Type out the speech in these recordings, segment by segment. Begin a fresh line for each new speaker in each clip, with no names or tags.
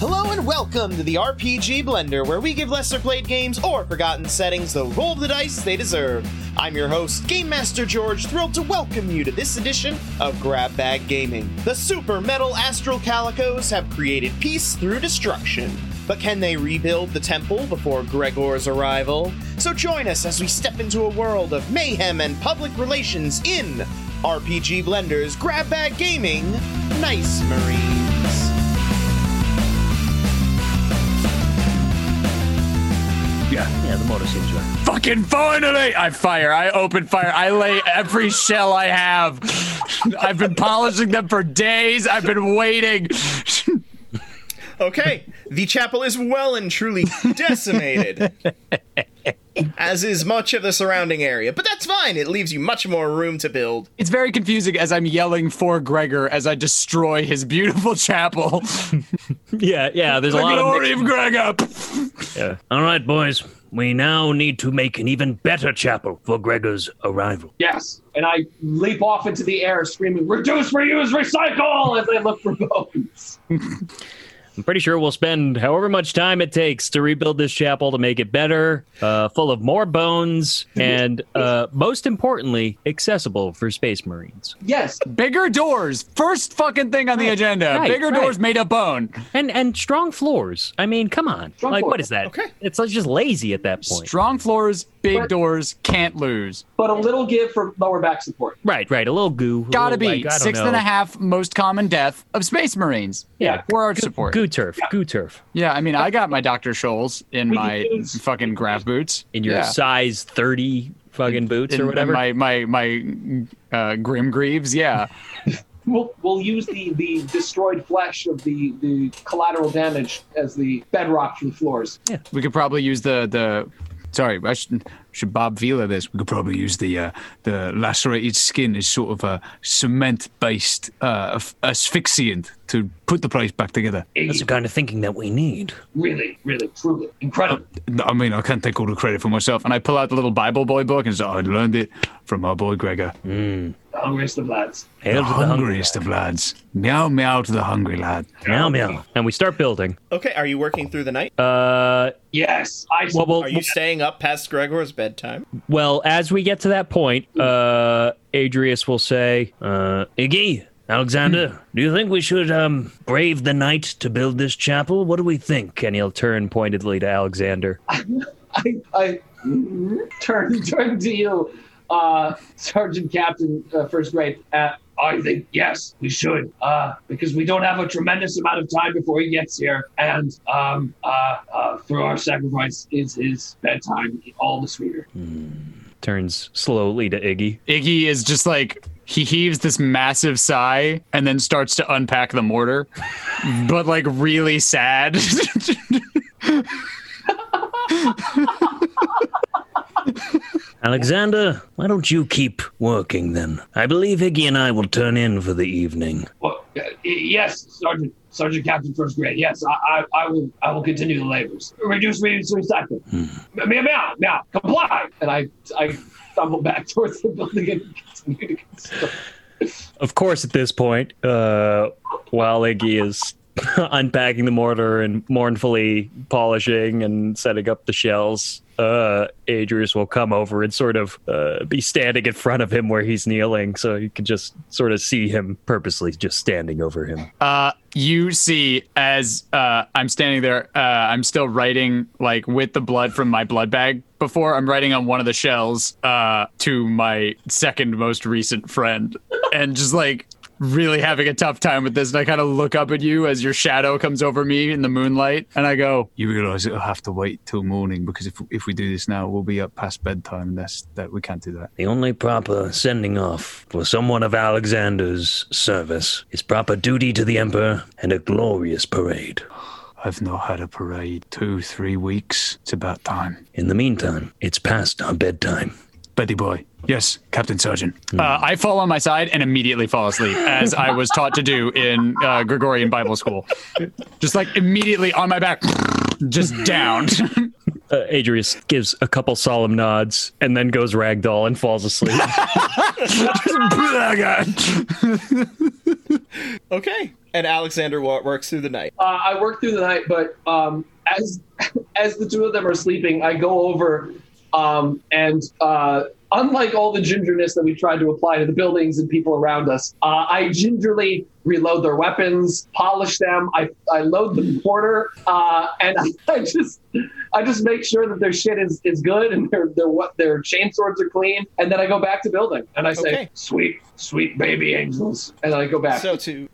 Welcome to the RPG Blender, where we give lesser played games or forgotten settings the roll of the dice they deserve. I'm your host, Game Master George, thrilled to welcome you to this edition of Grab Bag Gaming. The super metal Astral Calicos have created peace through destruction. But can they rebuild the temple before Gregor's arrival? So join us as we step into a world of mayhem and public relations in RPG Blender's Grab Bag Gaming Nice Marines.
Yeah, yeah, the motor seems right.
Fucking finally! I fire. I open fire. I lay every shell I have. I've been polishing them for days. I've been waiting.
Okay, the chapel is well and truly decimated, as is much of the surrounding area. But that's fine, it leaves you much more room to build.
It's very confusing as I'm yelling for Gregor as I destroy his beautiful chapel.
Yeah, yeah, there's a lot of.
Glory of Gregor!
Yeah.
All right, boys. We now need to make an even better chapel for Gregor's arrival.
Yes. And I leap off into the air screaming, reduce, reuse, recycle as I look for bones.
I'm pretty sure we'll spend however much time it takes to rebuild this chapel to make it better, uh, full of more bones, and uh, most importantly, accessible for Space Marines.
Yes.
Bigger doors. First fucking thing on the agenda.
right,
Bigger
right.
doors made of bone.
And and strong floors. I mean, come on.
Strong
like, what
floors.
is that?
Okay.
It's like just lazy at that point.
Strong floors, big
But-
doors, can't lose.
But a little give for lower back support.
Right, right. A little goo. a
Gotta
little,
be
like, Oh I don't
sixth and
know.
a half most common death of space marines.
Yeah.
Or arch support.
Goo turf. Goo turf.
Yeah, I mean, I got my Dr. Scholl's in
We
my
can use-
fucking graph boots.
In your
yeah.
size 30 fucking boots
In-
or
in
whatever.
my my my uh, grim greaves. Yeah,
We'll, we'll use the, the destroyed flesh of the, the collateral damage as the bedrock for the floors.
we could probably use the the. Sorry, I should, should Bob Vila this. We could probably use the uh, the lacerated skin as sort of a cement based uh, asph- asphyxiant to put the place back together.
That's the kind of thinking that we need.
Really, really, truly incredible.
I mean, I can't take all the credit for myself. And I pull out the little Bible boy book and say, I learned it from our boy Gregor.
The hungriest of lads.
Hail
the
to the hungry.
hungriest of lads. Meow, meow to the hungry lad.
Meow meow. And we start building.
Okay, are you working through the night?
Uh,
Yes. I
well, well,
Are you staying up past Gregor's bedtime?
well, as we get to that point, uh, Adrius will say, uh, Iggy, Alexander, do you think we should um, brave the night to build this chapel? What do we think? And he'll turn pointedly to Alexander.
I, I turn turn to you, uh, Sergeant Captain uh, First Rate. Uh, I think yes, we should, uh, because we don't have a tremendous amount of time before he gets here, and um, uh, uh, through our sacrifice is his bedtime all the sweeter.
Turns slowly to Iggy.
Iggy is just like he heaves this massive sigh and then starts to unpack the mortar, but like really sad.
Alexander, why don't you keep working then? I believe Iggy and I will turn in for the evening.
Well, uh, yes, Sergeant Sergeant Captain First Grade. Yes, I, I, I will I will continue the labors. Reduce, reduce, recycle. Meow, meow, meow. Comply. And I I stumble back towards the building and continue to construct.
of course, at this point, uh, while Iggy is unpacking the mortar and mournfully polishing and setting up the shells, uh, Adrius will come over and sort of uh, be standing in front of him where he's kneeling, so you can just sort of see him purposely just standing over him.
uh, you see, as uh, I'm standing there, uh, I'm still writing like with the blood from my blood bag. Before I'm writing on one of the shells uh, to my second most recent friend, and just like really having a tough time with this. And I kind of look up at you as your shadow comes over me in the moonlight, and I go,
you realize it'll have to wait till morning because if if we do this now, we'll be up past bedtime. And that's that we can't do that.
The only proper sending off for someone of Alexander's service is proper duty to the Emperor and a glorious parade.
I've not had a parade two, three weeks. It's about time.
In the meantime, it's past our bedtime.
Betty boy. Yes, Captain Sergeant.
Uh, I fall on my side and immediately fall asleep, as I was taught to do in uh, Gregorian Bible school. Just like immediately on my back, just down.
uh, Adrius gives a couple solemn nods and then goes ragdoll and falls asleep.
Okay, and Alexander wa- works through the night.
uh, I work through the night, but um, as as the two of them are sleeping, I go over um, and uh, unlike all the gingerness that we've tried to apply to the buildings and people around us, uh, I gingerly reload their weapons, polish them, I, I load the quarter, uh, and I, just I just make sure that their shit is, is good and their their what their chain swords are clean, and then I go back to building and I say,
Okay.
"Sweet, sweet baby angels," and then I go back.
So to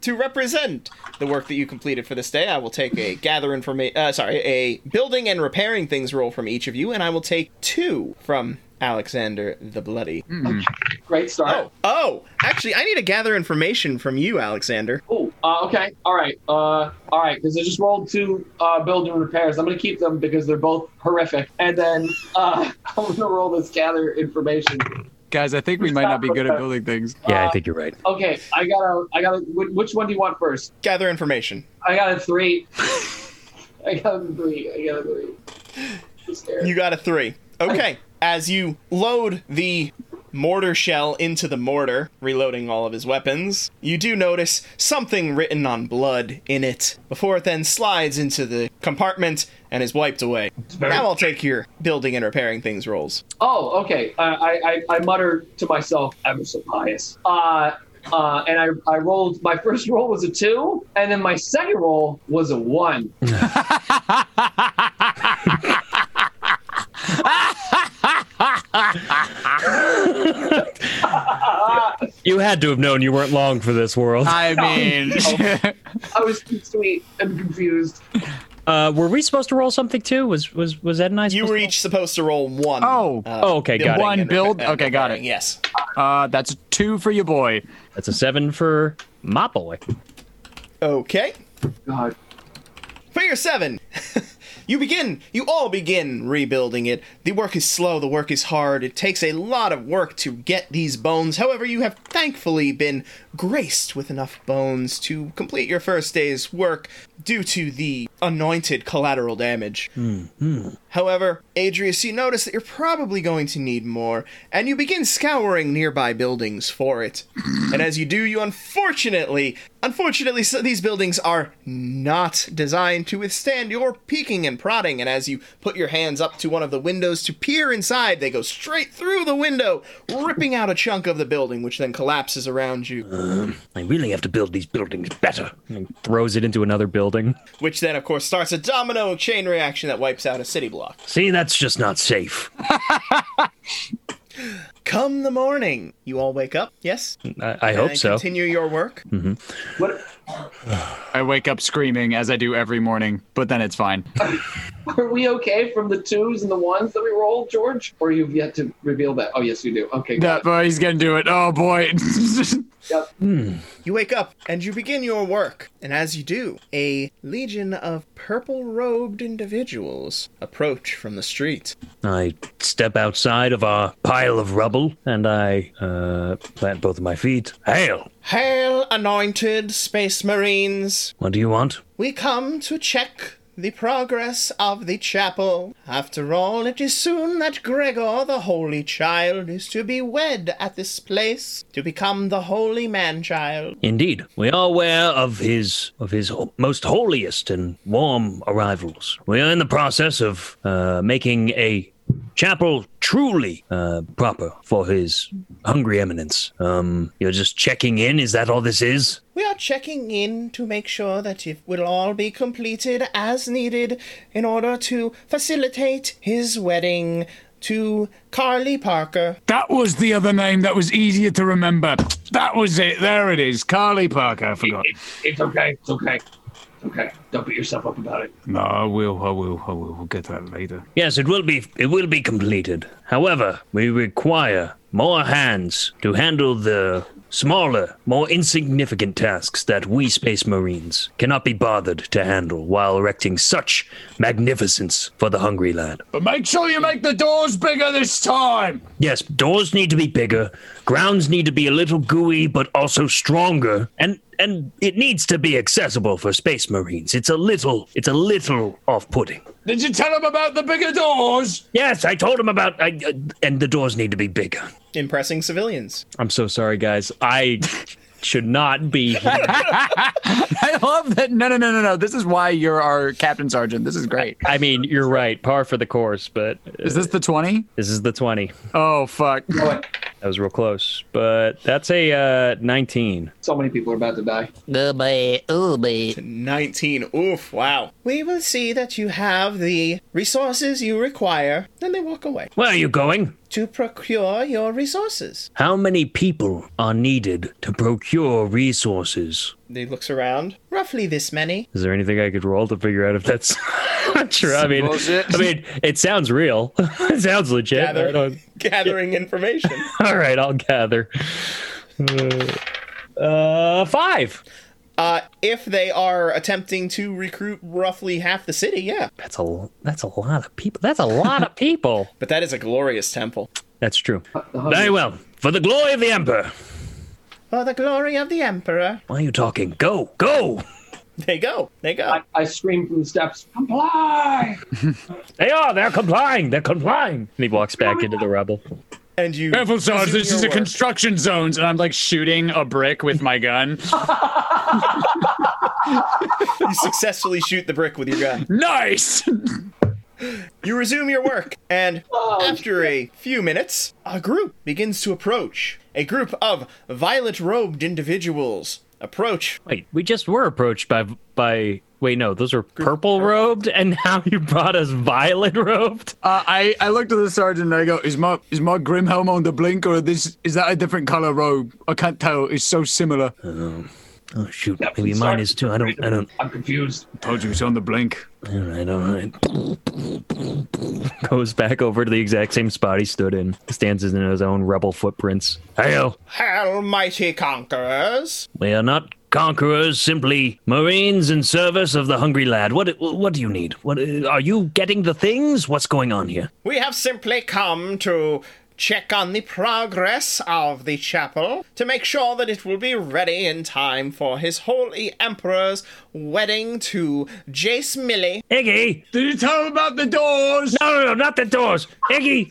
to represent the work that you completed for this day, I will take a gather information. Uh, sorry, a building and repairing things roll from each of you, and I will take two from Alexander the Bloody.
Great start.
Oh, oh, actually, I need to gather information from you, Alexander.
Oh, uh, okay. All right. Uh, all right. Because I just rolled two uh, build and repairs. I'm going to keep them because they're both horrific. And then uh, I'm going to roll this gather information.
Guys, I think we might not be good at building things.
Yeah, I think you're right.
Okay. I got to, I got to, wh- which one do you want first?
Gather information.
I got a three. I got a three. I got a three. I'm scared.
You got a three. Okay. As you load the mortar shell into the mortar, reloading all of his weapons, you do notice something written on blood in it before it then slides into the compartment and is wiped away. Now I'll take your building and repairing things rolls.
Oh, okay. Uh, I, I, I mutter to myself, I'm so pious. Uh, uh, and I, I rolled, my first roll was a two, and then my second roll was a one.
You had to have known you weren't long for this world.
I mean,
I was too sweet and confused.
Uh, were we supposed to roll something too? Was was was Ed and I?
You
supposed
were
to-
each supposed to roll one. uh,
Oh.
Oh, okay, got it.
building
One
and
build?
repa- and
Okay, got it.
repairing, Yes.
uh, that's two for your boy.
That's a seven for my boy.
Okay.
God.
Figure seven. you begin. You all begin rebuilding it. The work is slow. The work is hard. It takes a lot of work to get these bones. However, you have thankfully been graced with enough bones to complete your first day's work due to the anointed collateral damage. However, Adrius, you notice that you're probably going to need more, and you begin scouring nearby buildings for it. and as you do, you unfortunately, unfortunately, so these buildings are not designed to withstand your peeking and prodding. And as you put your hands up to one of the windows to peer inside, they go straight through the window, ripping out a chunk of the building, which then collapses around you.
I really have to build these buildings better. And throws it into another building.
Which then, of course, starts a domino chain reaction that wipes out a city block.
See, that's just not safe.
Come the morning, you all wake up. Yes,
I, I hope
and
so.
continue your work.
What
I wake up screaming as I do every morning, but then it's fine.
are we okay from the twos and the ones that we rolled, George? Or you've yet to reveal that? Oh, yes, you do. Okay.
That
got it.
boy's gonna do it. Oh boy.
Yep.
You wake up and you begin your work, and as you do, a legion of purple robed individuals approach from the street.
I step outside of our pile of rubble and I uh, plant both of my feet. Hail!
Hail, anointed space marines!
What do you want?
We come to check the progress of the chapel. After all, it is soon that Gregor, the holy child, is to be wed at this place to become the holy man child.
Indeed, we are aware of his of his ho- most holiest and warm arrivals. We are in the process of uh, making a chapel truly uh, proper for his hungry eminence. Um, you're just checking in. Is that all this is?
We are checking in to make sure that it will all be completed as needed in order to facilitate his wedding to Carly Parker.
That was the other name that was easier to remember. That was it. There it is. Carly Parker. I forgot.
It- it's okay. It's okay. It's okay. Don't beat yourself up about it.
No, I will, I will, I will. We'll get to that later.
Yes, it will be. It will be completed. However, we require more hands to handle the smaller, more insignificant tasks that we space marines cannot be bothered to handle while erecting such magnificence for the hungry lad.
But make sure you make the doors bigger this time.
Yes, doors need to be bigger, grounds need to be a little gooey but also stronger, and and it needs to be accessible for space marines. It's a little it's a little off-putting.
Did you tell him about the bigger doors?
Yes, I told him about I, uh, and the doors need to be bigger.
Impressing civilians.
I'm so sorry, guys. I should not be here.
I love that. No, no, no, no, no. This is why you're our captain sergeant. This is great.
I mean, you're right, par for the course, but uh,
Is this the 20?
this is the 20.
Oh, fuck.
That was real close, but that's a uh, 19.
So many people are about to die.
Oh boy, oh boy.
19. Oof, wow. We will see that you have the resources you require. Then they walk away
Where are you going?
to procure your resources.
How many people are needed to procure resources?
He looks around. Roughly this many.
Is there anything I could roll to figure out if that's true? I mean,
Bullshit.
I mean, it sounds real. it sounds legit. I
Gather,
don't-
gathering information.
All right, I'll gather. Uh, uh, five.
Uh, if they are attempting to recruit roughly half the city, yeah.
That's a that's a lot of people. That's a lot of people.
But that is a glorious temple.
That's true. Very well. For the glory of the emperor.
For Oh, the glory of the Emperor.
Why are you talking? Go, go.
They go. They go.
I, I scream from the steps, comply!
They are. They're complying. They're complying. And he walks back into the rubble.
and you.
Careful, Sarge.
resume
This
your
is a
work.
construction zones, and I'm like shooting a brick with my gun.
you successfully shoot the brick with your gun.
nice.
You resume your work, and after a few minutes, a group begins to approach. A group of violet robed individuals approach.
Wait, we just were approached by by. Wait, no, those were purple robed, and now you brought us violet robed.
Uh, I,
I looked at the sergeant and I go, "Is my is my grim helm on the blink, or this is that a different color robe? I can't tell. It's so similar."
Oh shoot,
Yep,
maybe mine
sorry.
is too. I don't. I don't.
I'm confused.
Told you it's on the blink.
All right, all right. Goes back over to the exact same spot he stood in. Stands in his own rebel footprints. Hail!
Hail, mighty conquerors!
We are not conquerors, simply marines in service of the hungry lad. What? What do you need? What uh, are you getting the things? What's going on here?
We have simply come to check on the progress of the chapel to make sure that it will be ready in time for His Holy Emperor's wedding to Jace Millie.
Iggy!
did you tell him about the doors?
No, no, no, not the doors. Iggy,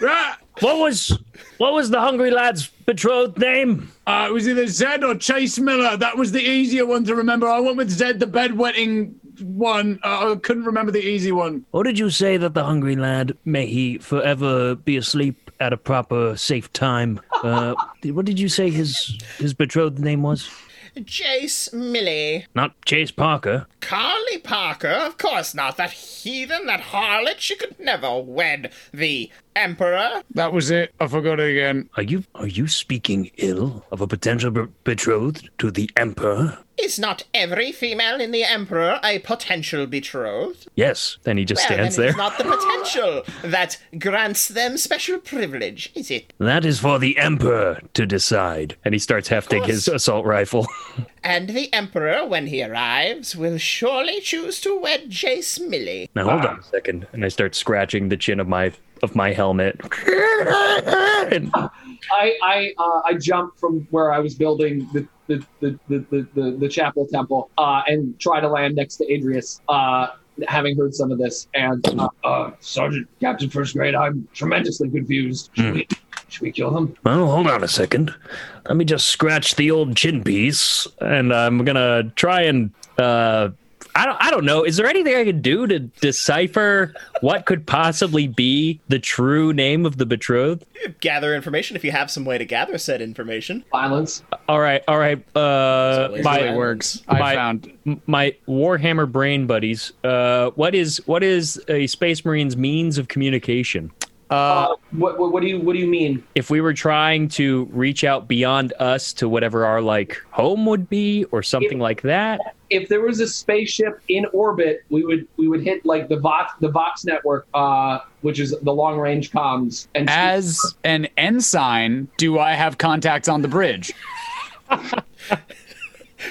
Right.
what was what was the hungry lad's betrothed name?
Uh, it was either Zed or Chase Miller. That was the easier one to remember. I went with Zed, the bedwetting one. Uh, I couldn't remember the easy one.
Or did you say that the hungry lad may he forever be asleep at a proper safe time? Uh, what did you say his his betrothed name was?
Jace Millie.
Not Chase Parker.
Carly Parker? Of course not. That heathen, that harlot, she could never wed the Emperor.
That was it. I forgot it again.
Are you are you speaking ill of a potential be- betrothed to the emperor?
Is not every female in the Emperor a potential betrothed?
Yes. Then he just
Well,
stands
then
there.
It's not the potential that grants them special privilege, is it?
that is for the emperor to decide. And he starts hefting his assault rifle.
And the Emperor, when he arrives, will surely choose to wed Jace Millie.
Now hold on a second, and I start scratching the chin of my of my helmet. And
I I uh, I jump from where I was building the the the the, the, the, the chapel temple uh, and try to land next to Adrius. Uh, having heard some of this and uh,
Uh, Sergeant, Captain First Grade, I'm tremendously confused. Should, we, should we kill them?
well, hold on a second. Let me just scratch the old chin piece, and I'm gonna try and uh, I don't I don't know. Is there anything I can do to decipher what could possibly be the true name of the betrothed?
Gather information if you have some way to gather said information.
violence.
All right, all right. Uh,
It
my
works. I
My-
found.
my Warhammer brain buddies. Uh, what is what is a Space Marine's means of communication?
Uh, what, what what do you what do you mean?
if we were trying to reach out beyond us to whatever our like home would be or something like that
If there was a spaceship in orbit, we would we would hit like the Vox the Vox network, uh, which is the long range comms. And
As an ensign, do I have contacts on the bridge?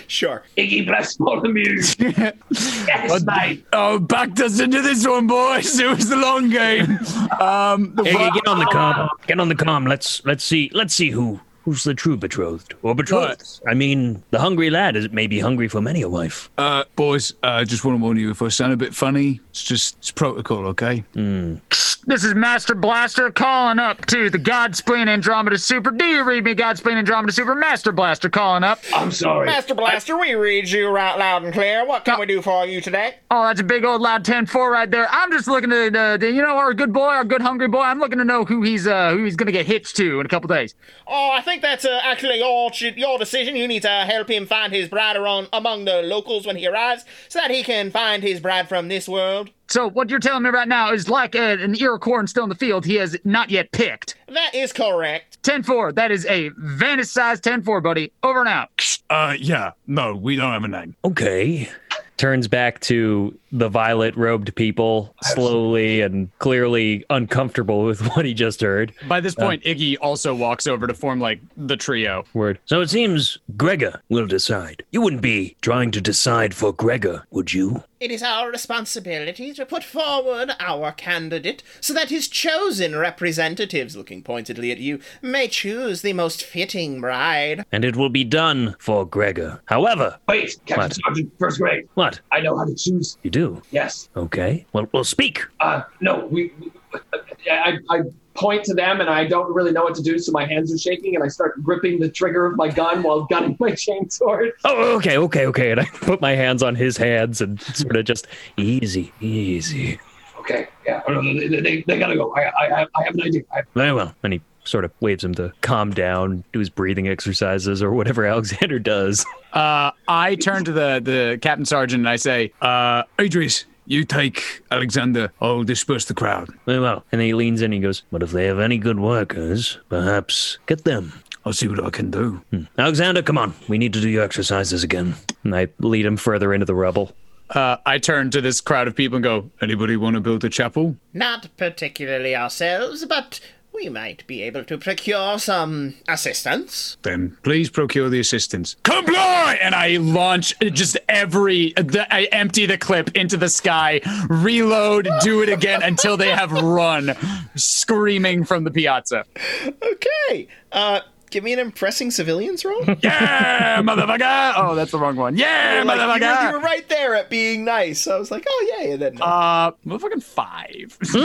Sure.
Iggy bless Bartholomew. yes, mate.
Oh, backed us into this one, boys. It was the long game. Um, the
hey
fi-
get on the com get on the com let's let's see let's see who Who's the true betrothed? Or betrothed? I mean, the hungry lad is may be hungry for many a wife.
Uh, boys, I just want to warn you if I sound a bit funny, it's just it's protocol, okay?
This is Master Blaster calling up to the Godsplane Andromeda Super. Do you read me, Godsplane Andromeda Super? Master Blaster calling up.
I'm sorry.
Master Blaster, we read you right loud and clear. What
Uh,
can we do for you today?
Oh, that's a big old loud 10-4 right there. I'm just looking to, uh, to- you know, our good boy, our good hungry boy. I'm looking to know who he's uh, who he's gonna get hitched to in a couple days.
Oh, I think that's uh, actually your ch- your decision. You need to help him find his bride around among the locals when he arrives, so that he can find his bride from this world.
So what you're telling me right now is like uh, an Iroquois still in the field. He has not yet picked.
That is correct.
10-4. That is a Vanish size 10-4, buddy. Over and out.
Uh, yeah, no, we don't have a name.
Okay. Turns back to the violet robed people, slowly and clearly uncomfortable with what he just heard.
By this point, Iggy also walks over to form like the trio.
Word. So it seems Gregor will decide. You wouldn't be trying to decide for Gregor, would you?
It is our responsibility to put forward our candidate so that his chosen representatives, looking pointedly at you, may choose the most fitting bride.
And it will be done for Gregor. However,
Wait, Captain
What?
Sergeant, first grade.
what?
I know how to choose.
You do?
Yes.
Okay. Well, well, speak.
Uh, no, we. we uh, I, I point to them, and I don't really know what to do, so my hands are shaking, and I start gripping the trigger of my gun while gunning my chain sword.
Oh, okay, okay, okay. And I put my hands on his hands and sort of just easy, easy.
Okay. Yeah. Oh, no, no, they, they, they gotta go. I, I, I- I have an idea. I,
Very well. And he sort of waves him to calm down, do his breathing exercises or whatever Alexander does.
Uh, I turn to the the captain sergeant and I say,
Uh, Idris, you take Alexander. I'll disperse the crowd.
Very well. And then he leans in and he goes, But if they have any good workers, perhaps get them.
I'll see what I can do.
Alexander, come on. We need to do your exercises again. And I lead him further into the rubble.
uh, I turn to this crowd of people and go,
Anybody want to build a chapel?
Not particularly ourselves, but we might be able to procure some assistance.
Then please procure the assistance.
comply and i launch just every the, i empty the clip into the sky reload do it again until they have run screaming from the piazza
Okay. Uh, give me an impressing civilians roll.
yeah motherfucker oh that's the wrong one yeah
Like, you, were, you were
motherfucker
right there at being nice. I was like, oh yeah, yeah, that
uh motherfucking five
Mm.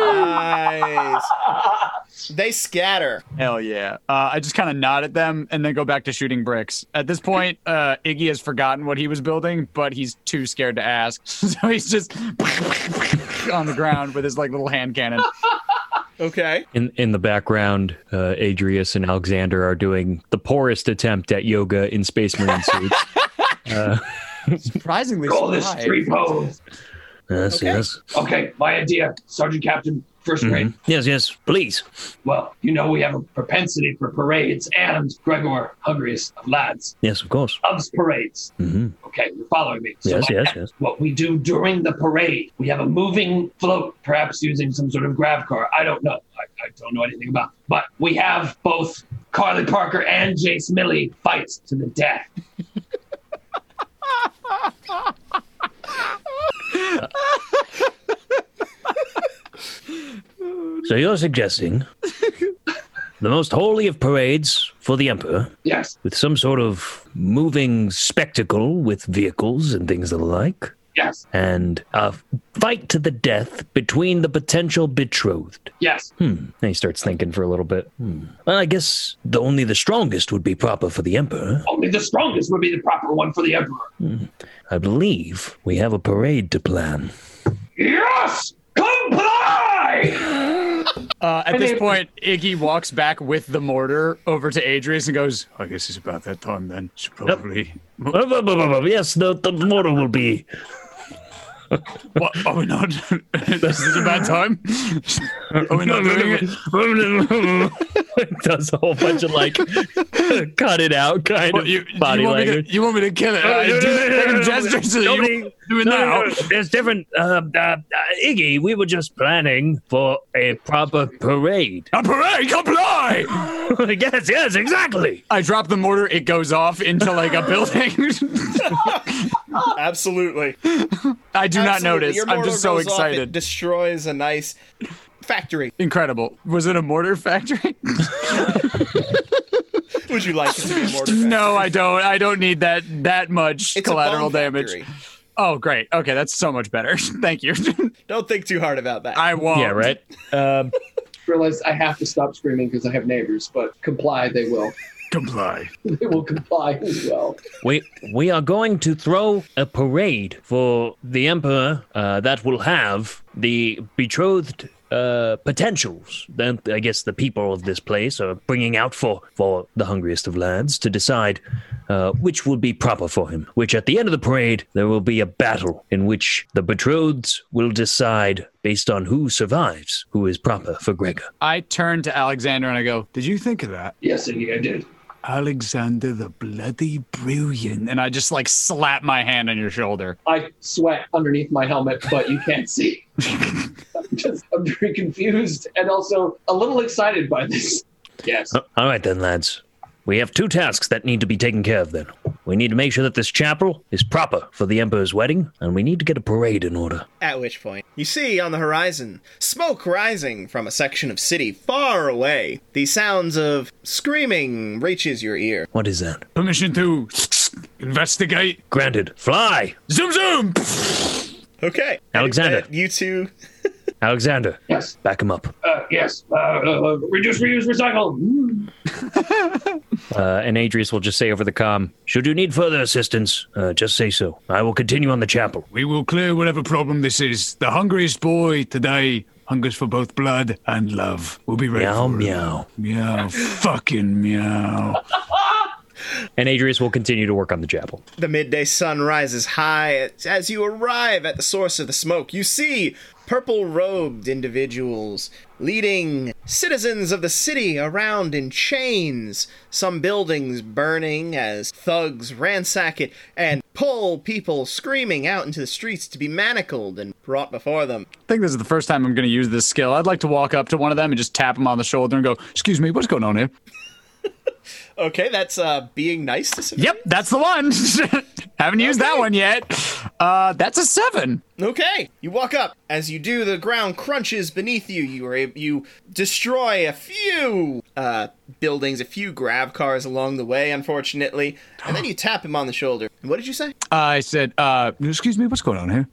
nice.
Ah.
they scatter.
hell yeah uh, i just kind of nod at them and then go back to shooting bricks at this point uh iggy has forgotten what he was building but he's too scared to ask so he's just on the ground with his like little hand cannon
Okay.
In in the background, uh, Adrius and Alexander are doing the poorest attempt at yoga in Space Marine suits.
surprisingly
call this
surprised.
three pose.
yes, yes.
Okay. My idea, Sergeant Captain, 1st
Mm-hmm.
grade.
Yes, yes. Please.
Well, you know we have a propensity for parades, and Gregor, hungriest of lads,
Yes, of course. Mm-hmm.
loves parades. Okay, you're following me.
Yes,
my-
yes, yes.
What we do during the parade, we have a moving float, perhaps using some sort of grav car. I don't know. I, I don't know anything about. But we have both Carly Parker and Jace Milley fights to the death.
So you're suggesting the most holy of parades for the Emperor
Yes,
with some sort of moving spectacle with vehicles and things of the like,
yes,
and a fight to the death between the potential betrothed.
yes.
And he starts thinking for a little bit. Hmm. Well, I guess the only the strongest would be proper for the Emperor.
Only the strongest would be the proper one for the Emperor.
I believe we have a parade to plan.
Yes! Comply!
Uh, at this point, Iggy walks back with the mortar over to Adrius and goes,
I guess it's about that time then. Should probably.
Uh, bu- bu- bu- bu- Yes, the, the mortar will be.
What, are we not? Is this is a bad time. Are we not doing it?
it does a whole bunch of like cut it out kind
What,
of
you, you
body
want me
language.
to, you want me to kill it? I do different gestures that you want me to do it now.
There's different. Uh, uh, uh, Iggy, we were just planning for a proper parade.
A parade, comply!
yes, yes, exactly.
I drop the mortar, it goes off into like a building.
Absolutely.
I do not
Absolutely.
notice.
Your
I'm
mortar
just so
goes off, it
excited.
destroys a nice factory.
Incredible. Was it a mortar factory?
Would you like it to be mortar factory?
No, I don't. I don't need that that
It's
much
a
collateral
bomb
damage.
factory.
Oh, great. Okay, that's so much better. Thank you.
Don't think too hard about that.
I won't.
Yeah, right. Um,
Realize I have to stop screaming because I have neighbors, but comply they will.
Comply.
They will comply as well.
we we are going to throw a parade for the emperor uh, that will have the betrothed uh, potentials. Then I guess the people of this place are bringing out for for the hungriest of lads to decide uh, which will be proper for him. Which at the end of the parade there will be a battle in which the betrothed will decide based on who survives who is proper for Gregor.
I turn to Alexander and I go,
Did you think of that?
Yes, indeed, I did.
Alexander the bloody brilliant.
and I just like slap my hand on your shoulder.
I sweat underneath my helmet, but you can't see. I'm just, I'm very confused and also a little excited by this. Yes.
Uh, All right, then, lads. We have two tasks that need to be taken care of, then. We need to make sure that this chapel is proper for the Emperor's wedding, and we need to get a parade in order.
At which point, you see on the horizon smoke rising from a section of city far away. The sounds of screaming reaches your ear.
What is that?
Permission to investigate.
Granted. Fly!
Zoom, zoom.
Okay,
Alexander.
And, uh, you two.
Alexander,
Yes.
back him up.
Uh, yes. Uh, uh, reduce, reuse, recycle. Mm.
Uh, and Adrius will just say over the com, Should you need further assistance, uh, just say so. I will continue on the chapel.
We will clear whatever problem this is. The hungriest boy today hungers for both blood and love. We'll be ready
Meow,
for him.
meow.
Meow. Fucking meow.
And Adrius will continue to work on the chapel.
The midday sun rises high. As you arrive at the source of the smoke, you see purple robed individuals leading citizens of the city around in chains, some buildings burning as thugs ransack it and pull people screaming out into the streets to be manacled and brought before them.
I think this is the first time I'm going to use this skill. I'd like to walk up to one of them and just tap him on the shoulder and go, "Excuse me, what's going on here?"
Okay, that's uh, being nice to somebody.
Yep, that's the one. Haven't used that
Okay.
one yet. Uh, that's a seven.
Okay, you walk up. As you do, the ground crunches beneath you. You are ab- you destroy a few uh, buildings, a few grab cars along the way, unfortunately, and then you tap him on the shoulder. And What did you say?
I said, uh,
Excuse me, what's going on here?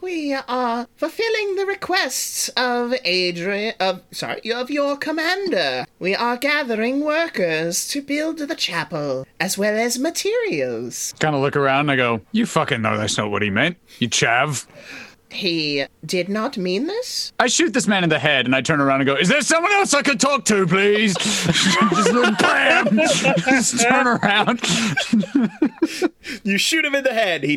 We are fulfilling the requests of Adrian, of sorry, of your commander. We are gathering workers to build the chapel, as well as materials.
kind of look around and I go, "You fucking know that's not what he meant, you chav."
He did not mean this.
I shoot this man in the head and I turn around and go, Is there someone else I could talk to, please? just little bam! just turn around.
You shoot him in the head. He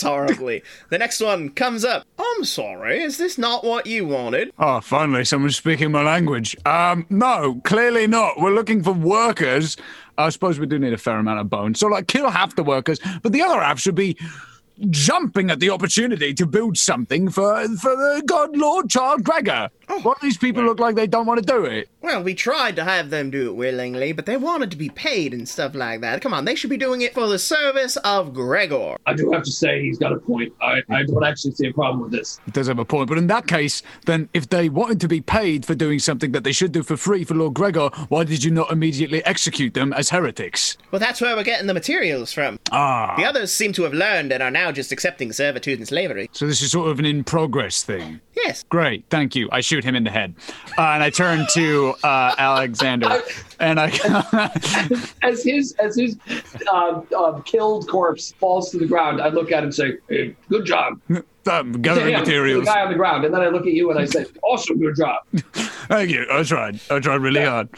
horribly. the next one comes up. I'm sorry. Is this not what you wanted?
Oh, finally, someone's speaking my language. Um, no, clearly not. We're looking for workers. I suppose we do need a fair amount of bones. So, like, kill half the workers, but the other half should be jumping at the opportunity to build something for for the God Lord Child Gregor. what do these people look like they don't want to do it?
Well, we tried to have them do it willingly, but they wanted to be paid and stuff like that. Come on, they should be doing it for the service of Gregor.
I do have to say he's got a point. I, I don't actually see a problem with this.
It does have a point, but in that case, then if they wanted to be paid for doing something that they should do for free for Lord Gregor, why did you not immediately execute them as heretics?
Well, that's where we're getting the materials from.
Ah,
The others seem to have learned and are now just accepting servitude and slavery.
so this is sort of an in progress thing.
Yes,
Great, thank you. I shoot him in the head. Uh, and I turn to uh, Alexander and I
As his as his uh, uh, killed corpse falls to the ground, I look at him and say, hey, "Good job."
Um,
Hey,
gathering
I'm
materials.
The guy on the ground, and then I look at you and I say, "Also, good job."
Thank you. I tried. I tried really hard.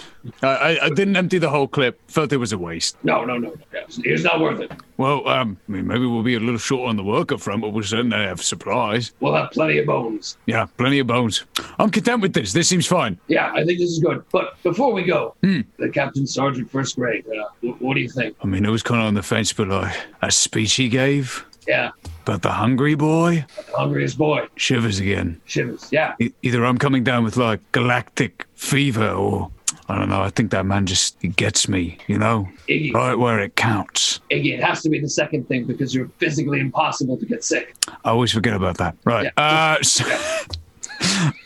I, I, I didn't empty the whole clip. Felt it was a waste.
No, no, no. no. It's, it's not worth it.
Well, um, I mean, maybe we'll be a little short on the worker front, but we'll certainly have supplies.
We'll have plenty of bones.
Yeah, plenty of bones. I'm content with this. This seems fine.
Yeah, I think this is good. But before we go,
Hmm.
the captain, sergeant, first grade. Uh, wh- what do you think?
I mean, I was kind of on the fence, but like that speech he gave
Yeah,
about the hungry boy
hungriest boy
shivers again.
shivers. Yeah,
E- either I'm coming down with like galactic fever, or I don't know. I think that man just he gets me. You know,
Iggy.
right where it counts.
Iggy, it has to be the second thing because you're physically impossible to get sick.
I always forget about that. Right. Uh, so,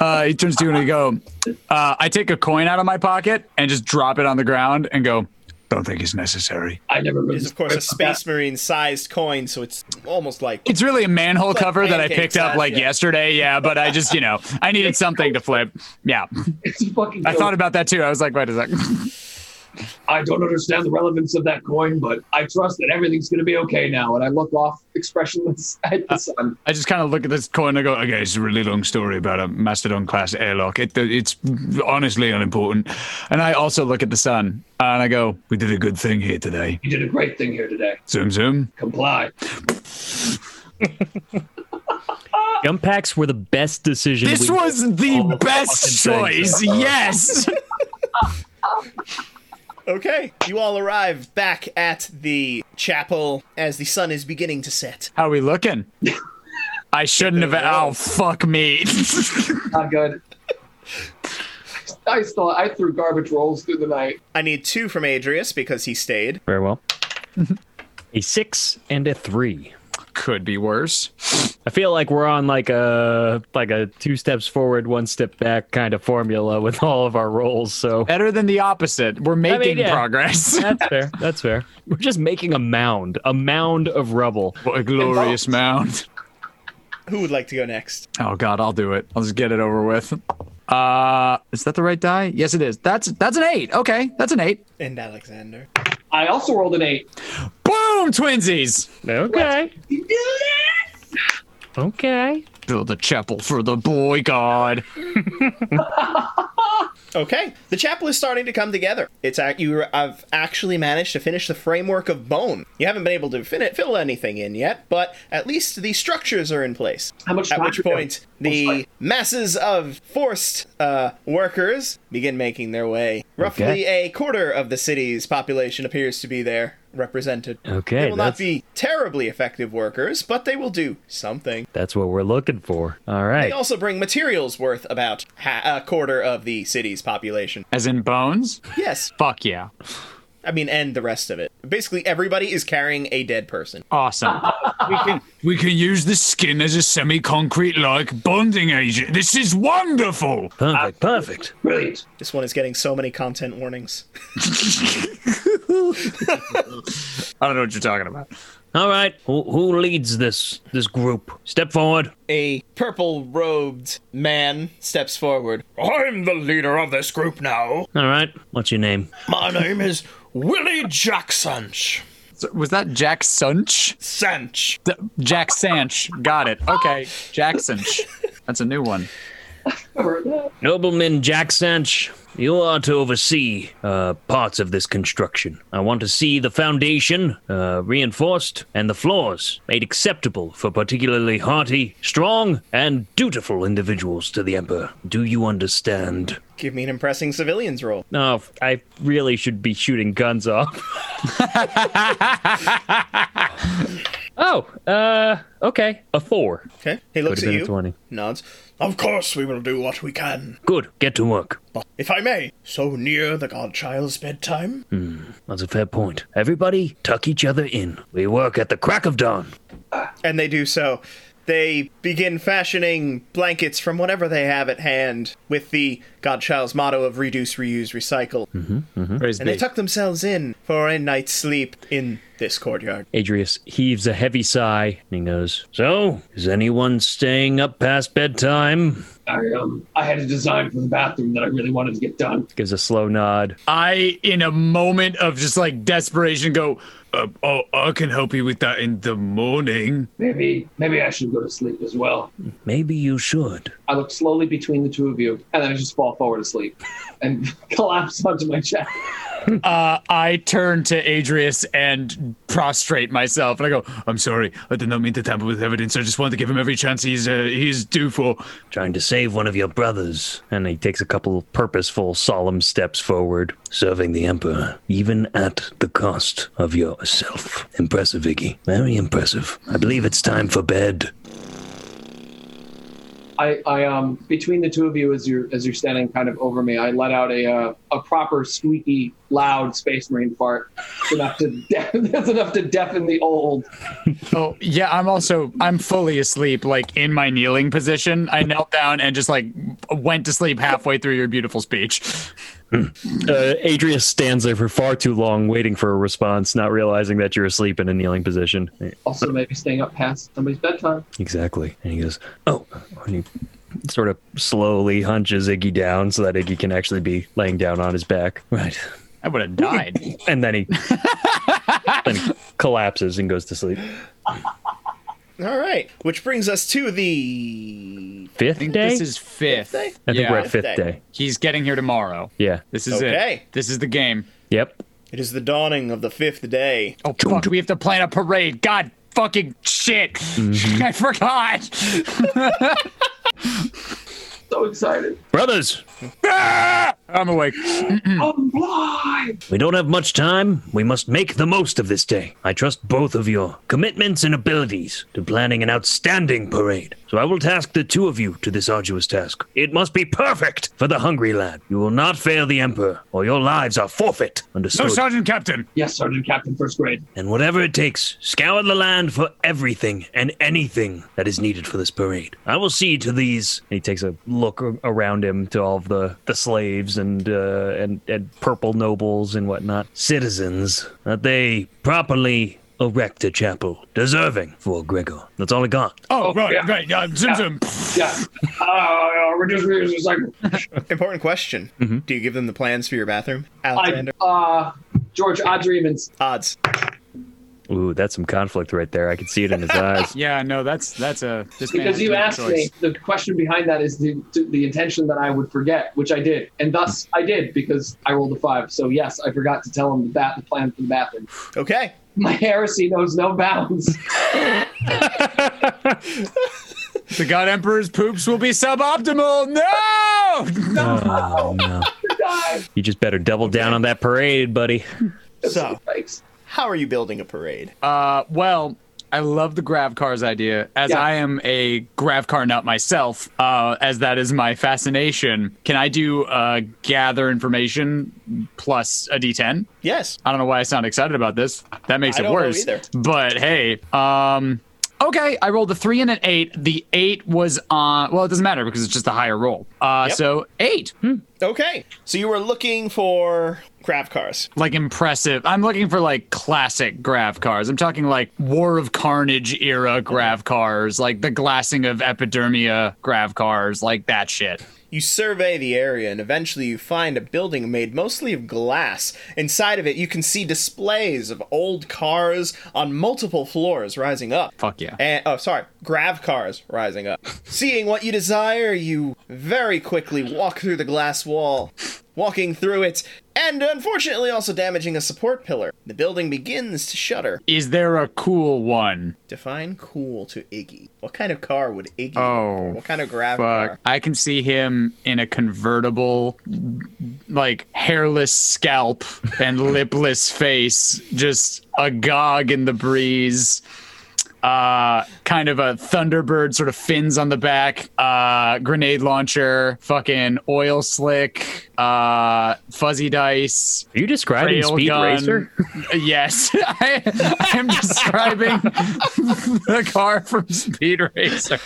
uh, he turns to you and he go,
uh, I take a coin out of my pocket and just drop it on the ground and go,
Don't think it's necessary.
I never really.
It is, of
uh,
course, a Space Marine sized coin, so it's almost like.
It's really a manhole
like
cover that I
pancake
picked up
size,
like
yeah.
yesterday. Yeah, but I just, you know, I needed something to flip. Yeah.
It's a fucking.
I
joke.
thought about that too. I was like, wait a second.
I don't understand the relevance of that coin, but I trust that everything's going to be okay now. And I look off expressionless at
Uh,
the sun.
I just kind of look at this coin and go, okay,
Okay, it's a really long story about a Mastodon class airlock. It, it's honestly unimportant.
And I also look at the sun and I go,
We did a good thing here today.
You did a great thing here today.
Zoom, zoom.
Comply.
Jump packs were the best decision.
this
we-
was the best
fucking
choice.
things.
Yes.
Okay, you all arrive back at the chapel as the sun is beginning to set.
How we looking? I shouldn't have. Oh, fuck me.
Not good. I still I threw garbage rolls through the night.
I need two from Adrius because he stayed.
very well. a six and a three.
Could be worse.
I feel like we're on like a like a two steps forward, one step back kind of formula with all of our roles. So
Better than the opposite. We're making
yeah.
progress.
that's fair. That's fair. We're just making a mound, a mound of rubble.
what a glorious mound.
Who would like to go next?
Oh God, I'll do it. I'll just get it over with. Uh, is that the right die? Yes, it is. That's that's an eight. Okay, that's an eight.
And Alexander.
I also rolled an eight.
Boom, twinsies.
Okay. Okay.
Build a chapel for the boy god.
Okay, the chapel is starting to come together. It's ac- you have actually managed to finish the framework of bone. You haven't been able to fin- fill anything in yet, but at least the structures are in place.
How much
At
time
which
we have?
point, the masses of forced uh, workers begin making their way. Roughly a quarter of the city's population appears to be there represented.
Okay,
They will not
that's-
be terribly effective workers, but they will do something.
That's what we're looking for. Uh, All
They
right.
also bring materials worth about ha- a quarter of the city's population.
As in bones?
Yes,
Fuck yeah.
I mean, and the rest of it. Basically, everybody is carrying a dead person.
Awesome.
We can use the skin as a semi concrete like bonding agent. This is wonderful.
Perfect. Perfect.
Brilliant.
This one is getting so many content warnings.
I don't know what you're talking about.
All right. Who, who leads this this group? Step forward.
A purple robed man steps forward.
I'm the leader of this group now.
All right. What's your name?
My name is Willie Jack Sanch.
was that Jack Sunch?
Sanch.
D- Jack Sanch. Got it. Okay. Jack Sunch. That's a new one.
Remember that?
Nobleman Jack Sanch, you are to oversee uh, parts of this construction. I want to see the foundation uh, reinforced and the floors made acceptable for particularly hearty, strong, and dutiful individuals to the Emperor. Do you understand?
Give me an impressing civilians roll.
Oh, I really should be shooting guns off. oh, uh, okay. A four.
Okay. He looks
Could've
at
been a
you,
20.
nods.
Of course we will do what we can.
Good. Get to work.
If I may, so near the godchild's bedtime,
That's a fair point. Everybody, tuck each other in. We work at the crack of dawn.
And they do so. They begin fashioning blankets from whatever they have at hand with the Godchild's motto of reduce, reuse, recycle.
Praise
And they
be.
tuck themselves in for a night's sleep in this courtyard.
Adrius heaves a heavy sigh and he goes, So, is anyone staying up past bedtime?
I um I had a design for the bathroom that I really wanted to get done.
Gives a slow nod.
I, in a moment of just like desperation, go,
Uh, oh, I can help you with that in the morning.
Maybe maybe I should go to sleep as well.
Maybe you should.
I look slowly between the two of you, and then I just fall forward asleep and collapse onto my chest.
uh, I turn to Adrius and prostrate myself. And I go,
I'm sorry. I did not mean to tamper with evidence. I just wanted to give him every chance he's uh, he's due for.
Trying to save one of your brothers. And he takes a couple purposeful, solemn steps forward, serving the Emperor, even at the cost of yourself. Impressive, Iggy. Very impressive. I believe it's time for bed.
I, I um between the two of you as you're as you're standing kind of over me, I let out a uh, a proper squeaky loud space marine fart. It's enough to de- that's enough to deafen the old.
oh, yeah, I'm also, I'm fully asleep, like in my kneeling position. I knelt down and just like went to sleep halfway through your beautiful speech.
Uh, Adrius stands there for far too long, waiting for a response, not realizing that you're asleep in a kneeling position.
Also, maybe staying up past somebody's bedtime.
Exactly. And he goes, Oh. And he sort of slowly hunches Iggy down so that Iggy can actually be laying down on his back. Right.
I would have died.
And then he, then he collapses and goes to sleep.
All right, which brings us to the
Fifth
I think
day?
this is fifth.
day?
I think
yeah.
we're at fifth
Fifth day.
day.
He's getting here tomorrow.
Yeah.
This is
Okay.
it. This is the game.
Yep.
It is the dawning of the fifth day.
Oh fuck! We have to plan a parade. God fucking shit! I forgot.
So excited.
Brothers,
I'm awake.
Oh,
I'm blind.
we don't have much time. We must make the most of this day. I trust both of your commitments and abilities to planning an outstanding parade. So I will task the two of you to this arduous task. It must be perfect for the hungry lad. You will not fail the Emperor, or your lives are forfeit.
No,
Understood?
Sergeant Captain.
Yes, Sergeant Captain, first grade.
and whatever it takes, scour the land for everything and anything that is needed for this parade. I will see to these. And he takes a look a- around him to all of the, the slaves and, uh, and and purple nobles and whatnot, citizens, that they properly erect a chapel deserving for Gregor. That's all I got.
Oh, right,
yeah.
right. Yeah, zim, zim.
Yeah. Uh, we're just we're just like
Important question. Do you give them the plans for your bathroom,
I,
Alexander?
uh, George Odds or evens.
Odds.
Ooh, that's some conflict right there. I can see it in his eyes.
yeah, no, that's that's a this man
Because
has
you
no
asked
choice.
me, the question behind that is the, to- the intention that I would forget, which I did, and thus I did because I rolled a five. So yes, I forgot to tell him the bat the plan for the bathroom.
Okay.
My heresy knows no bounds.
The God Emperor's poops will be suboptimal. No.
Oh, no. You just better double down on that parade, buddy.
So,
Thanks.
how are you building a parade?
Uh, well, I love the grav cars idea, as
Yeah.
I am a grav car nut myself. Uh, as that is my fascination. Can I do uh, gather information plus a D10?
yes.
I don't know why I sound excited about this. That makes
I
it
don't know
worse.
either.
But hey, um, okay, I rolled a three and an eight. The eight was on. Well, it doesn't matter because it's just a higher roll. Uh,
Yep.
so eight, Hmm.
Okay. So you were looking for craft cars.
like impressive. I'm looking for like classic grav cars. I'm talking like War of Carnage era grav cars, like the glassing of Epidermia grav cars, like that shit.
You survey the area and eventually you find a building made mostly of glass. Inside of it, you can see displays of old cars on multiple floors rising up.
Fuck yeah.
And, oh, sorry, grav cars rising up. Seeing what you desire, you very quickly walk through the glass wall, walking through it, and unfortunately also damaging a support pillar. The building begins to shudder.
Is there a cool one?
Define cool to Iggy. What kind of car would Iggy?
Oh,
what kind of grav
Fuck.
car?
I can see him in a convertible, like hairless scalp and lipless face, just agog in the breeze. Uh, kind of a Thunderbird, sort of fins on the back, uh, grenade launcher, fucking oil slick, uh, fuzzy dice,
Are you describing
Rail
Speed
gun.
Racer?
Yes, I, I am describing the car from Speed Racer.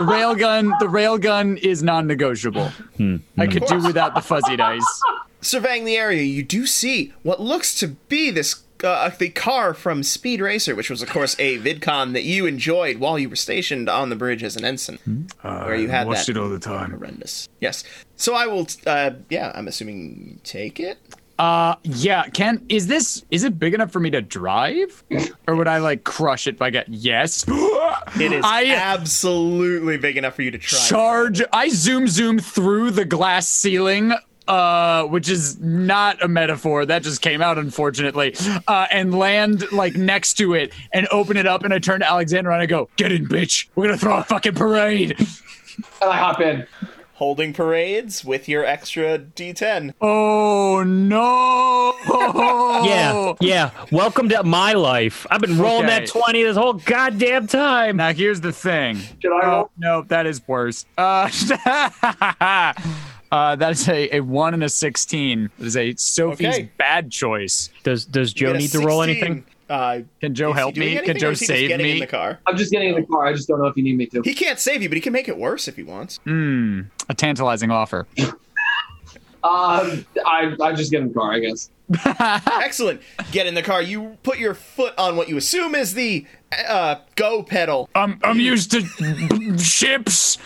railgun. The railgun is non-negotiable.
Hmm.
I could do without the fuzzy dice.
Surveying the area, you do see what looks to be this uh, the car from Speed Racer, which was of course a VidCon that you enjoyed while you were stationed on the bridge as an ensign,
Hmm?
where
Uh,
you had that
Watched it all the time.
horrendous. Yes. So I will. Uh, yeah, I'm assuming you take it.
Uh, yeah. Can is this is it big enough for me to drive, or would I like crush it if I get yes?
It is
I- uh,
absolutely big enough for you to try.
charge i zoom zoom through the glass ceiling uh which is not a metaphor that just came out unfortunately uh and land like next to it and open it up and i turn to alexander and i go get in bitch we're gonna throw a fucking parade
And I hop in.
holding parades with your extra D10.
oh no
Yeah, yeah. Welcome to my life. I've been rolling
Oh. Okay.
that 20 this whole goddamn time.
now here's the thing
Should I roll?
Oh, no, that is worse. Uh, uh, that is a, a 1 and a 16. That is a Sophie's
Okay.
bad choice.
Does does Joe
Get a
need to roll
16.
anything?
Uh,
Can Joe
is he
help
doing
me?
anything,
Can
or
Joe
is he just
save
getting
me?
In the car?
I'm just getting in the car. I just don't know if you need me to.
He can't save you, but he can make it worse if he wants.
a tantalizing offer.
Um, I I just get in the car, I guess.
Excellent. Get in the car. You put your foot on what you assume is the uh, go pedal.
I'm I'm used to ships.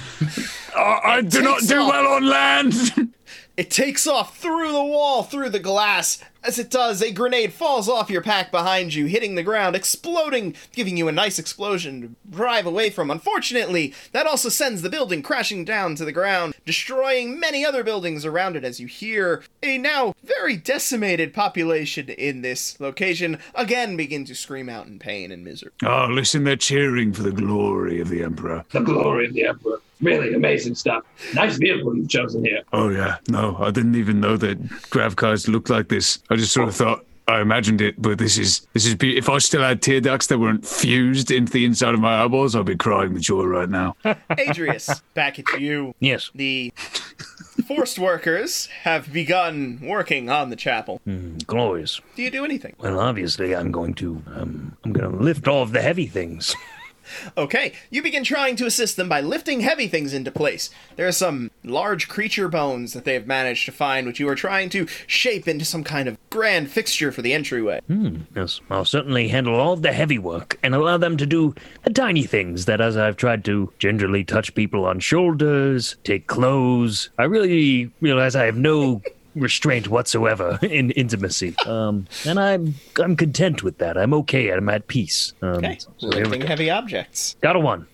I, I do not
takes
do
off.
well on land.
It takes off through the wall, through the glass. As it does, a grenade falls off your pack behind you, hitting the ground, exploding, giving you a nice explosion to drive away from. Unfortunately, that also sends the building crashing down to the ground, destroying many other buildings around it as you hear a now very decimated population in this location again begin to scream out in pain and misery.
Oh, listen, they're cheering for the glory of the Emperor.
The glory of the Emperor. Really amazing stuff. Nice vehicle you've chosen here.
Oh, yeah. No, I didn't even know that grav cars looked like this. I just sort of thought. I imagined it, but this is this is. Be- if I still had tear ducts that weren't fused into the inside of my eyeballs, I'd be crying with joy right now.
Adrius, back at you.
Yes.
The forced workers have begun working on the chapel.
Glorious.
Do you do anything?
Well, obviously, I'm going to um, I'm going to lift all of the heavy things.
Okay, you begin trying to assist them by lifting heavy things into place. There are some large creature bones that they have managed to find, which you are trying to shape into some kind of grand fixture for the entryway.
Yes, I'll certainly handle all of the heavy work and allow them to do the tiny things that, as I've tried to gingerly touch people on shoulders, take clothes, I really realize I have no restraint whatsoever in intimacy. Um, and I'm I'm content with that. I'm okay. I'm at peace. Um,
Okay,
so here we
lifting
go.
heavy objects.
Got a one.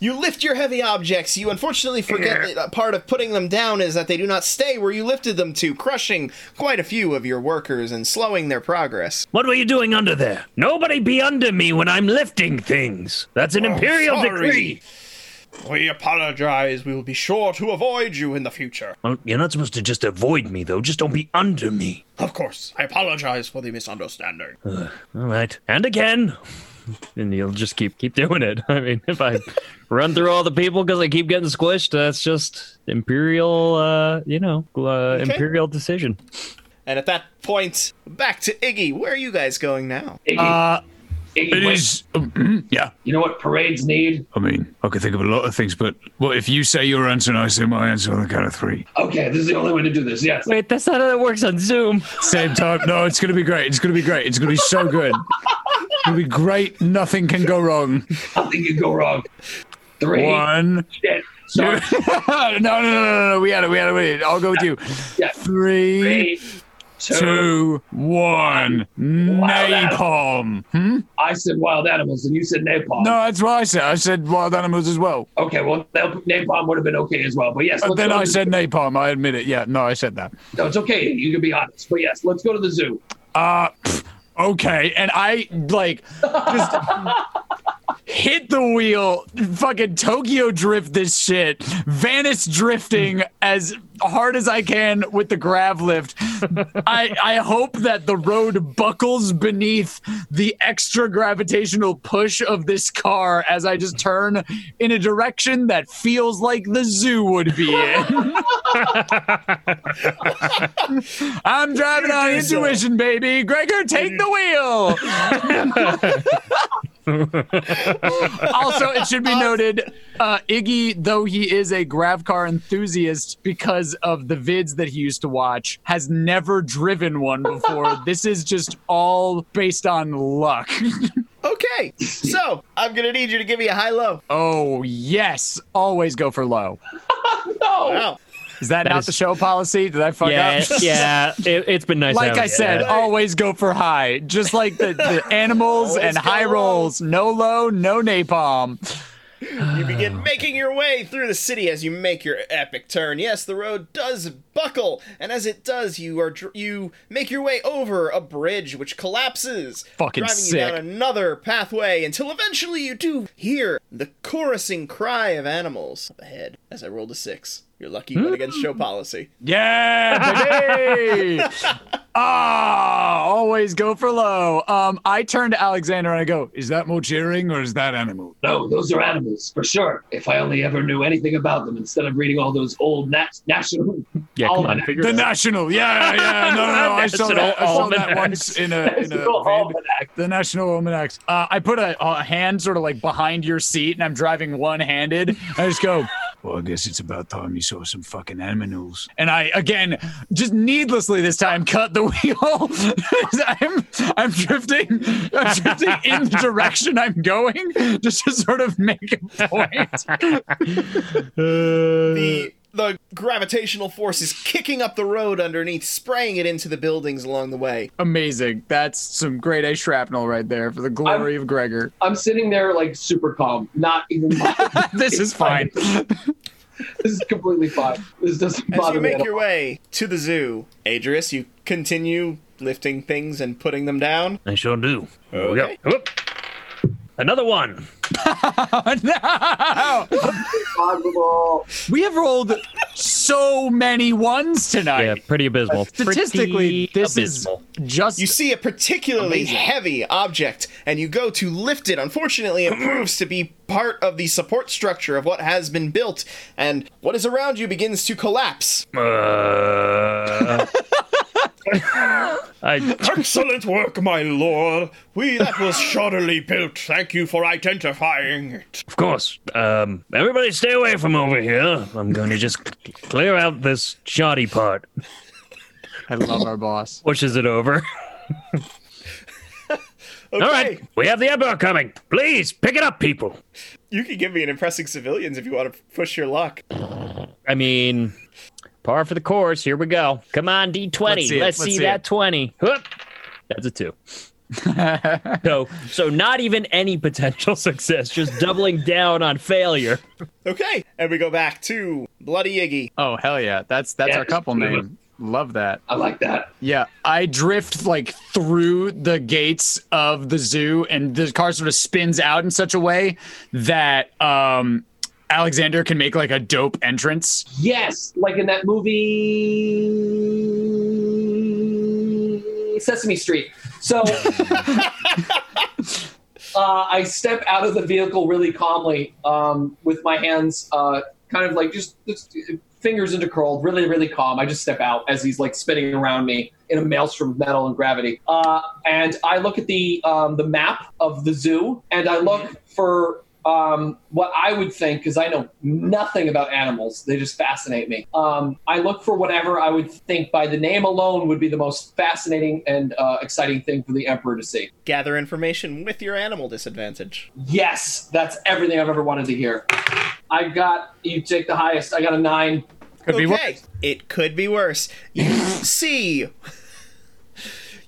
You lift your heavy objects. You unfortunately forget that uh, part of putting them down is that they do not stay where you lifted them to, crushing quite a few of your workers and slowing their progress.
What were you doing under there? Nobody be under me when I'm lifting things. That's an imperial
Oh, sorry.
decree.
We apologize. We will be sure to avoid you in the future.
Well, you're not supposed to just avoid me though. Just don't be under me.
Of course, I apologize for the misunderstanding.
All right, and again.
And you'll just keep keep doing it. I mean, if I run through all the people because I keep getting squished, that's just imperial, uh, you know, uh, imperial decision.
And at that point, back to Iggy. Where are you guys going now?
Iggy,
Uh,
Iggy,
it
wait.
is. um, yeah,
You know what parades need?
I mean, I could think of a lot of things, but what if you say your answer and I say my answer on the count of three?
Okay, this is the only way to do this. Yes.
Wait, that's not how that works on Zoom.
Same time. No, it's going to be great. It's going to be great. It's going to be so good. It'll be great. Nothing can go wrong.
Nothing could go wrong. Three.
One.
Shit.
two- no,
Sorry.
no, no, no, no. We had it. We had it. We had it. I'll go with you.
Yeah.
Three,
Three, two.
two, one. Napalm.
I said wild animals, and you said napalm.
Um, No, that's what I said. I said wild animals as well.
Okay, well, nap- napalm would have been okay as well. But yes,
But
let's
then
go to
I
the-
said napalm. I admit it. Yeah, no, I said that.
no, it's okay. You can be honest. But yes, let's go to the zoo.
uh pff, okay and i like just hit the wheel fucking tokyo drift this shit vanish drifting as hard as i can with the grav lift i i hope that the road buckles beneath the extra gravitational push of this car as i just turn in a direction that feels like the zoo would be in i'm driving on intuition baby gregor take the wheel also, it should be noted, uh, Iggy, though he is a grav car enthusiast because of the vids that he used to watch, has never driven one before. this is just all based on luck.
Okay, so I'm gonna need you to give me a high low.
oh yes, always go for low.
Wow.
Is that, not
is-
the show policy? Did I fuck
Yeah,
up?
yeah. It, it's been nice.
Like
having
I
you.
said,
Yeah.
always go for high. Just like the, the animals and
go
high
low.
rolls. No low, no napalm.
You begin making your way through the city as you make your epic turn. Yes, the road does buckle, and as it does, you are dr- you make your way over a bridge which collapses,
Fucking
driving
sick.
you down another pathway until eventually you do hear the chorusing cry of animals up ahead. As I rolled a six, you're lucky
Mm.
you went against show policy.
Yeah, baby. Ah, always go for low. Um, I turn to Alexander and I go, "Is that more cheering or is that animal?"
No, those are animals for sure. If I only ever knew anything about them instead of reading all those old nat- national.
yeah, come on,
Almanac.
figure
The
it out.
national, yeah, yeah. No, no, no. I saw
National
that. I saw that
almanacs.
once in a in a
National
vid.
almanac.
the national almanacs. Uh, I put a, a hand sort of like behind your seat and I'm driving one handed. I just go,
Well, I guess it's about time you saw some fucking animals. And I again, just needlessly this time, cut the wheel. I'm I'm drifting, I'm drifting in the direction I'm going, just to sort of make a point.
The the gravitational force is kicking up the road underneath, spraying it into the buildings along the way.
Amazing. That's some grade A shrapnel right there for the glory of Gregor.
I'm sitting there like super calm, not even.
This is fine.
this is completely fine. This doesn't
As
bother
you
me.
make
at
your way to the zoo, Adrius, you continue lifting things and putting them down.
I sure do. Oh, yeah. Whoop. Another one.
all. Impossible.
We have rolled so many ones tonight.
Yeah, pretty abysmal.
Statistically,
Pretty
this
abysmal.
is just
You see a particularly heavy object, and you go to lift it. Unfortunately, it proves to be part of the support structure of what has been built, and what is around you begins to collapse.
Uh, I
Excellent work, my lord. We that was shoddily built. Thank you for identifying it.
of course. Um, everybody, stay away from over here. I'm going to just clear out this shoddy part.
I love our boss.
Pushes it over.
Okay.
All right, we have the emperor coming. Please pick it up, people.
You can give me an impressing civilians if you want to push your luck.
I mean, par for the course. Here we go. Come on, D20.
Let's
Let's
see
see,
it. Let's see
that
it.
20. Whoop. That's a two. so, so not even any potential success, just doubling down on failure.
Okay, and we go back to Bloody Iggy.
Oh hell yeah. That's that's our couple name. Love that.
I like that.
Yeah, I drift like through the gates of the zoo, and the car sort of spins out in such a way that um, Alexander can make like a dope entrance.
Yes, like in that movie Sesame Street. So uh, I step out of the vehicle really calmly um, with my hands uh, kind of like just, just fingers intercurled, really, really calm. I just step out as he's like spinning around me in a maelstrom of metal and gravity. Uh, and I look at the um, the map of the zoo, and I look for um, what I would think, because I know nothing about animals, they just fascinate me. Um, I look for whatever I would think by the name alone would be the most fascinating and uh, exciting thing for the emperor to see.
Gather information with your animal disadvantage.
Yes, that's everything I've ever wanted to hear. I got you take the highest. I got a nine.
Could
okay.
be wor-
It could be worse. You see.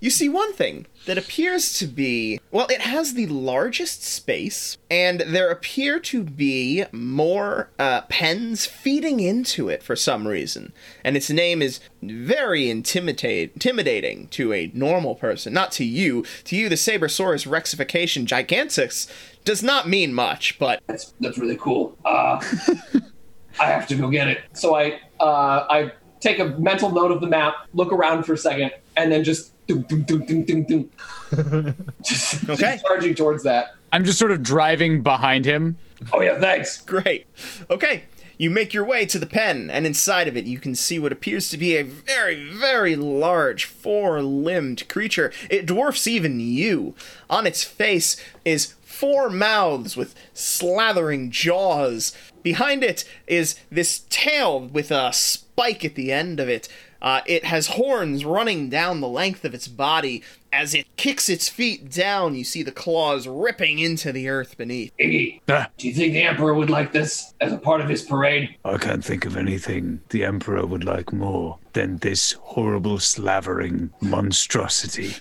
You see one thing that appears to be. Well, it has the largest space, and there appear to be more uh, pens feeding into it for some reason. And its name is very intimidate, intimidating to a normal person. Not to you. To you, the Sabersaurus rexification gigantex does not mean much, but
That's that's really cool. Uh, I have to go get it. So I uh, I take a mental note of the map, look around for a second, and then just doom, doom, doom, doom, doom, doom. just, just
Okay.
charging towards that.
I'm just sort of driving behind him.
Oh yeah, thanks.
Great. Okay. You make your way to the pen, and inside of it, you can see what appears to be a very, very large four limbed creature. It dwarfs even you. On its face is four mouths with slathering jaws. Behind it is this tail with a spike at the end of it. Uh, it has horns running down the length of its body. As it kicks its feet down, you see the claws ripping into the earth beneath.
Iggy,
Ah.
do you think the emperor would like this as a part of his parade?
I can't think of anything the Emperor would like more than this horrible slavering monstrosity.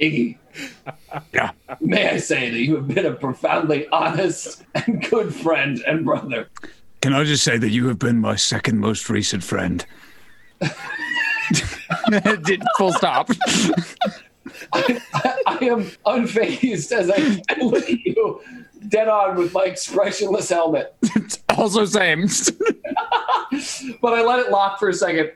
Iggy,
Yeah.
may I say that you have been a profoundly honest and good friend and brother.
Can I just say that you have been my second most recent friend?
Did- Full stop.
I am unfazed as I look at you dead on with my expressionless helmet.
also same.
But I let it lock for a second.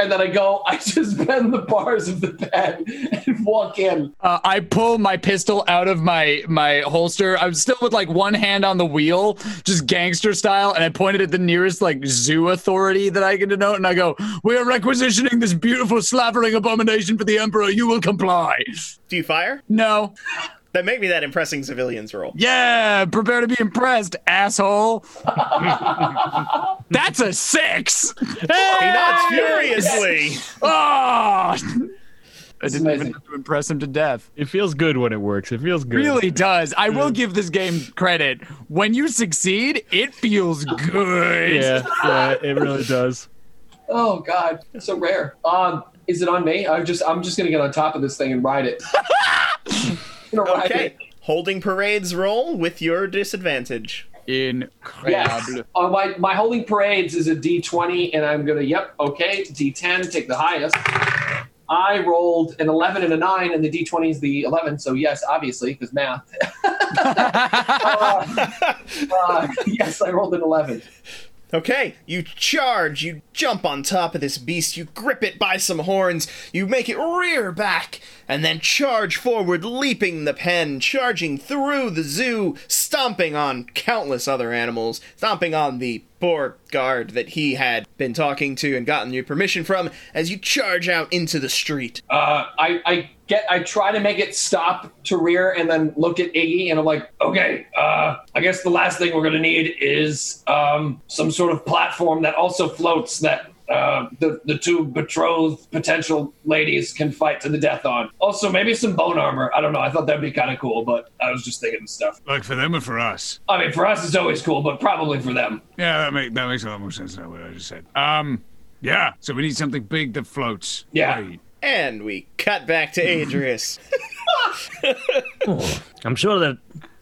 And then I go, I just bend the bars of the bed and walk in.
Uh, I pull my pistol out of my my holster. I'm still with like one hand on the wheel, just gangster style, and I point it at the nearest like zoo authority that I can denote, and I go, "We are requisitioning this beautiful slavering abomination for the emperor. You will comply."
Do you fire?
No,
Then make me that impressing civilians roll.
Yeah, prepare to be impressed, asshole. That's a six.
He nods furiously.
Oh, I didn't
amazing.
even have to impress him to death.
It feels good when it works. It feels good.
Really does. I will give this game credit. When you succeed, it feels good.
Yeah, yeah, it really does.
Oh God, it's so rare. Um, is it on me? I'm just I'm just gonna get on top of this thing and ride it. Gonna ride
Okay.
it.
Holding parades roll with your disadvantage.
Yes.
Incredible.
Uh, my my holding parades is a D20, and I'm gonna yep okay D10 take the highest. I rolled an 11 and a 9, and the D20 is the 11, so yes, obviously, because math. Uh, uh, yes, I rolled an 11.
Okay, you charge, you jump on top of this beast, you grip it by some horns, you make it rear back, and then charge forward, leaping the pen, charging through the zoo, stomping on countless other animals, stomping on the poor guard that he had been talking to and gotten your permission from as you charge out into the street.
uh, I, I get I try to make it stop to rear and then look at Iggy and I'm like,
Okay, uh, I guess the last thing we're gonna need is um, some sort of platform that also floats that uh, the the two betrothed potential ladies can fight to the death on. Also, maybe some bone armor. I don't know. I thought that'd be kind of cool, but I was just thinking of stuff.
Like for them or for us?
I mean, for us, it's always cool, but probably for them.
Yeah, that, make, that makes a lot more sense than what I just said. Um, yeah. So we need something big that floats.
Yeah.
Right.
And we cut back to Adrius.
I'm sure that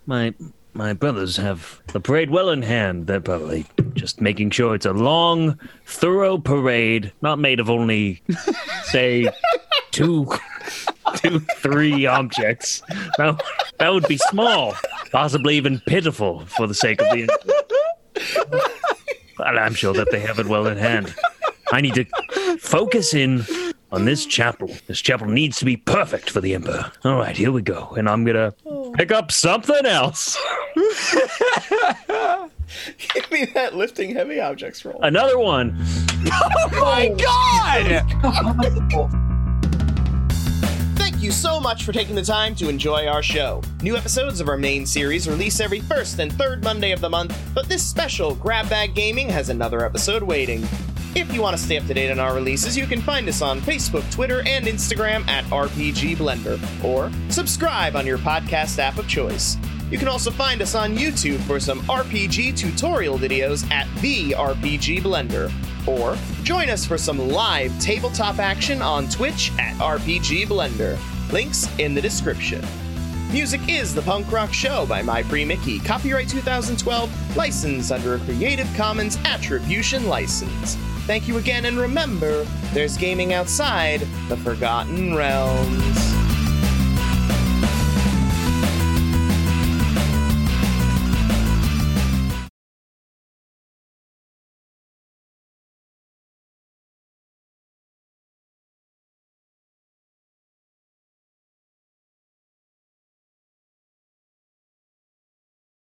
my my brothers have the parade well in hand. They're probably just making sure it's a long, thorough parade, not made of only say two two three objects. That, that would be small, possibly even pitiful for the sake of the But I'm sure that they have it well in hand. I need to focus in on this chapel. This chapel needs to be perfect for the Emperor. All right, here we go. And I'm going to pick up something else.
Give me that lifting heavy objects roll.
Another one.
Thank you so much for taking the time to enjoy our show. New episodes of our main series release every first and third Monday of the month, but this special Grab Bag Gaming has another episode waiting. If you want to stay up to date on our releases, you can find us on Facebook, Twitter, and Instagram at RPG Blender, or subscribe on your podcast app of choice. You can also find us on YouTube for some RPG tutorial videos at the RPG Blender. Or join us for some live tabletop action on Twitch at RPG Blender. Links in the description. Music is The Punk Rock Show by My Free Mickey, copyright 2012, licensed under a Creative Commons Attribution License. Thank you again, and remember, there's gaming outside the Forgotten Realms.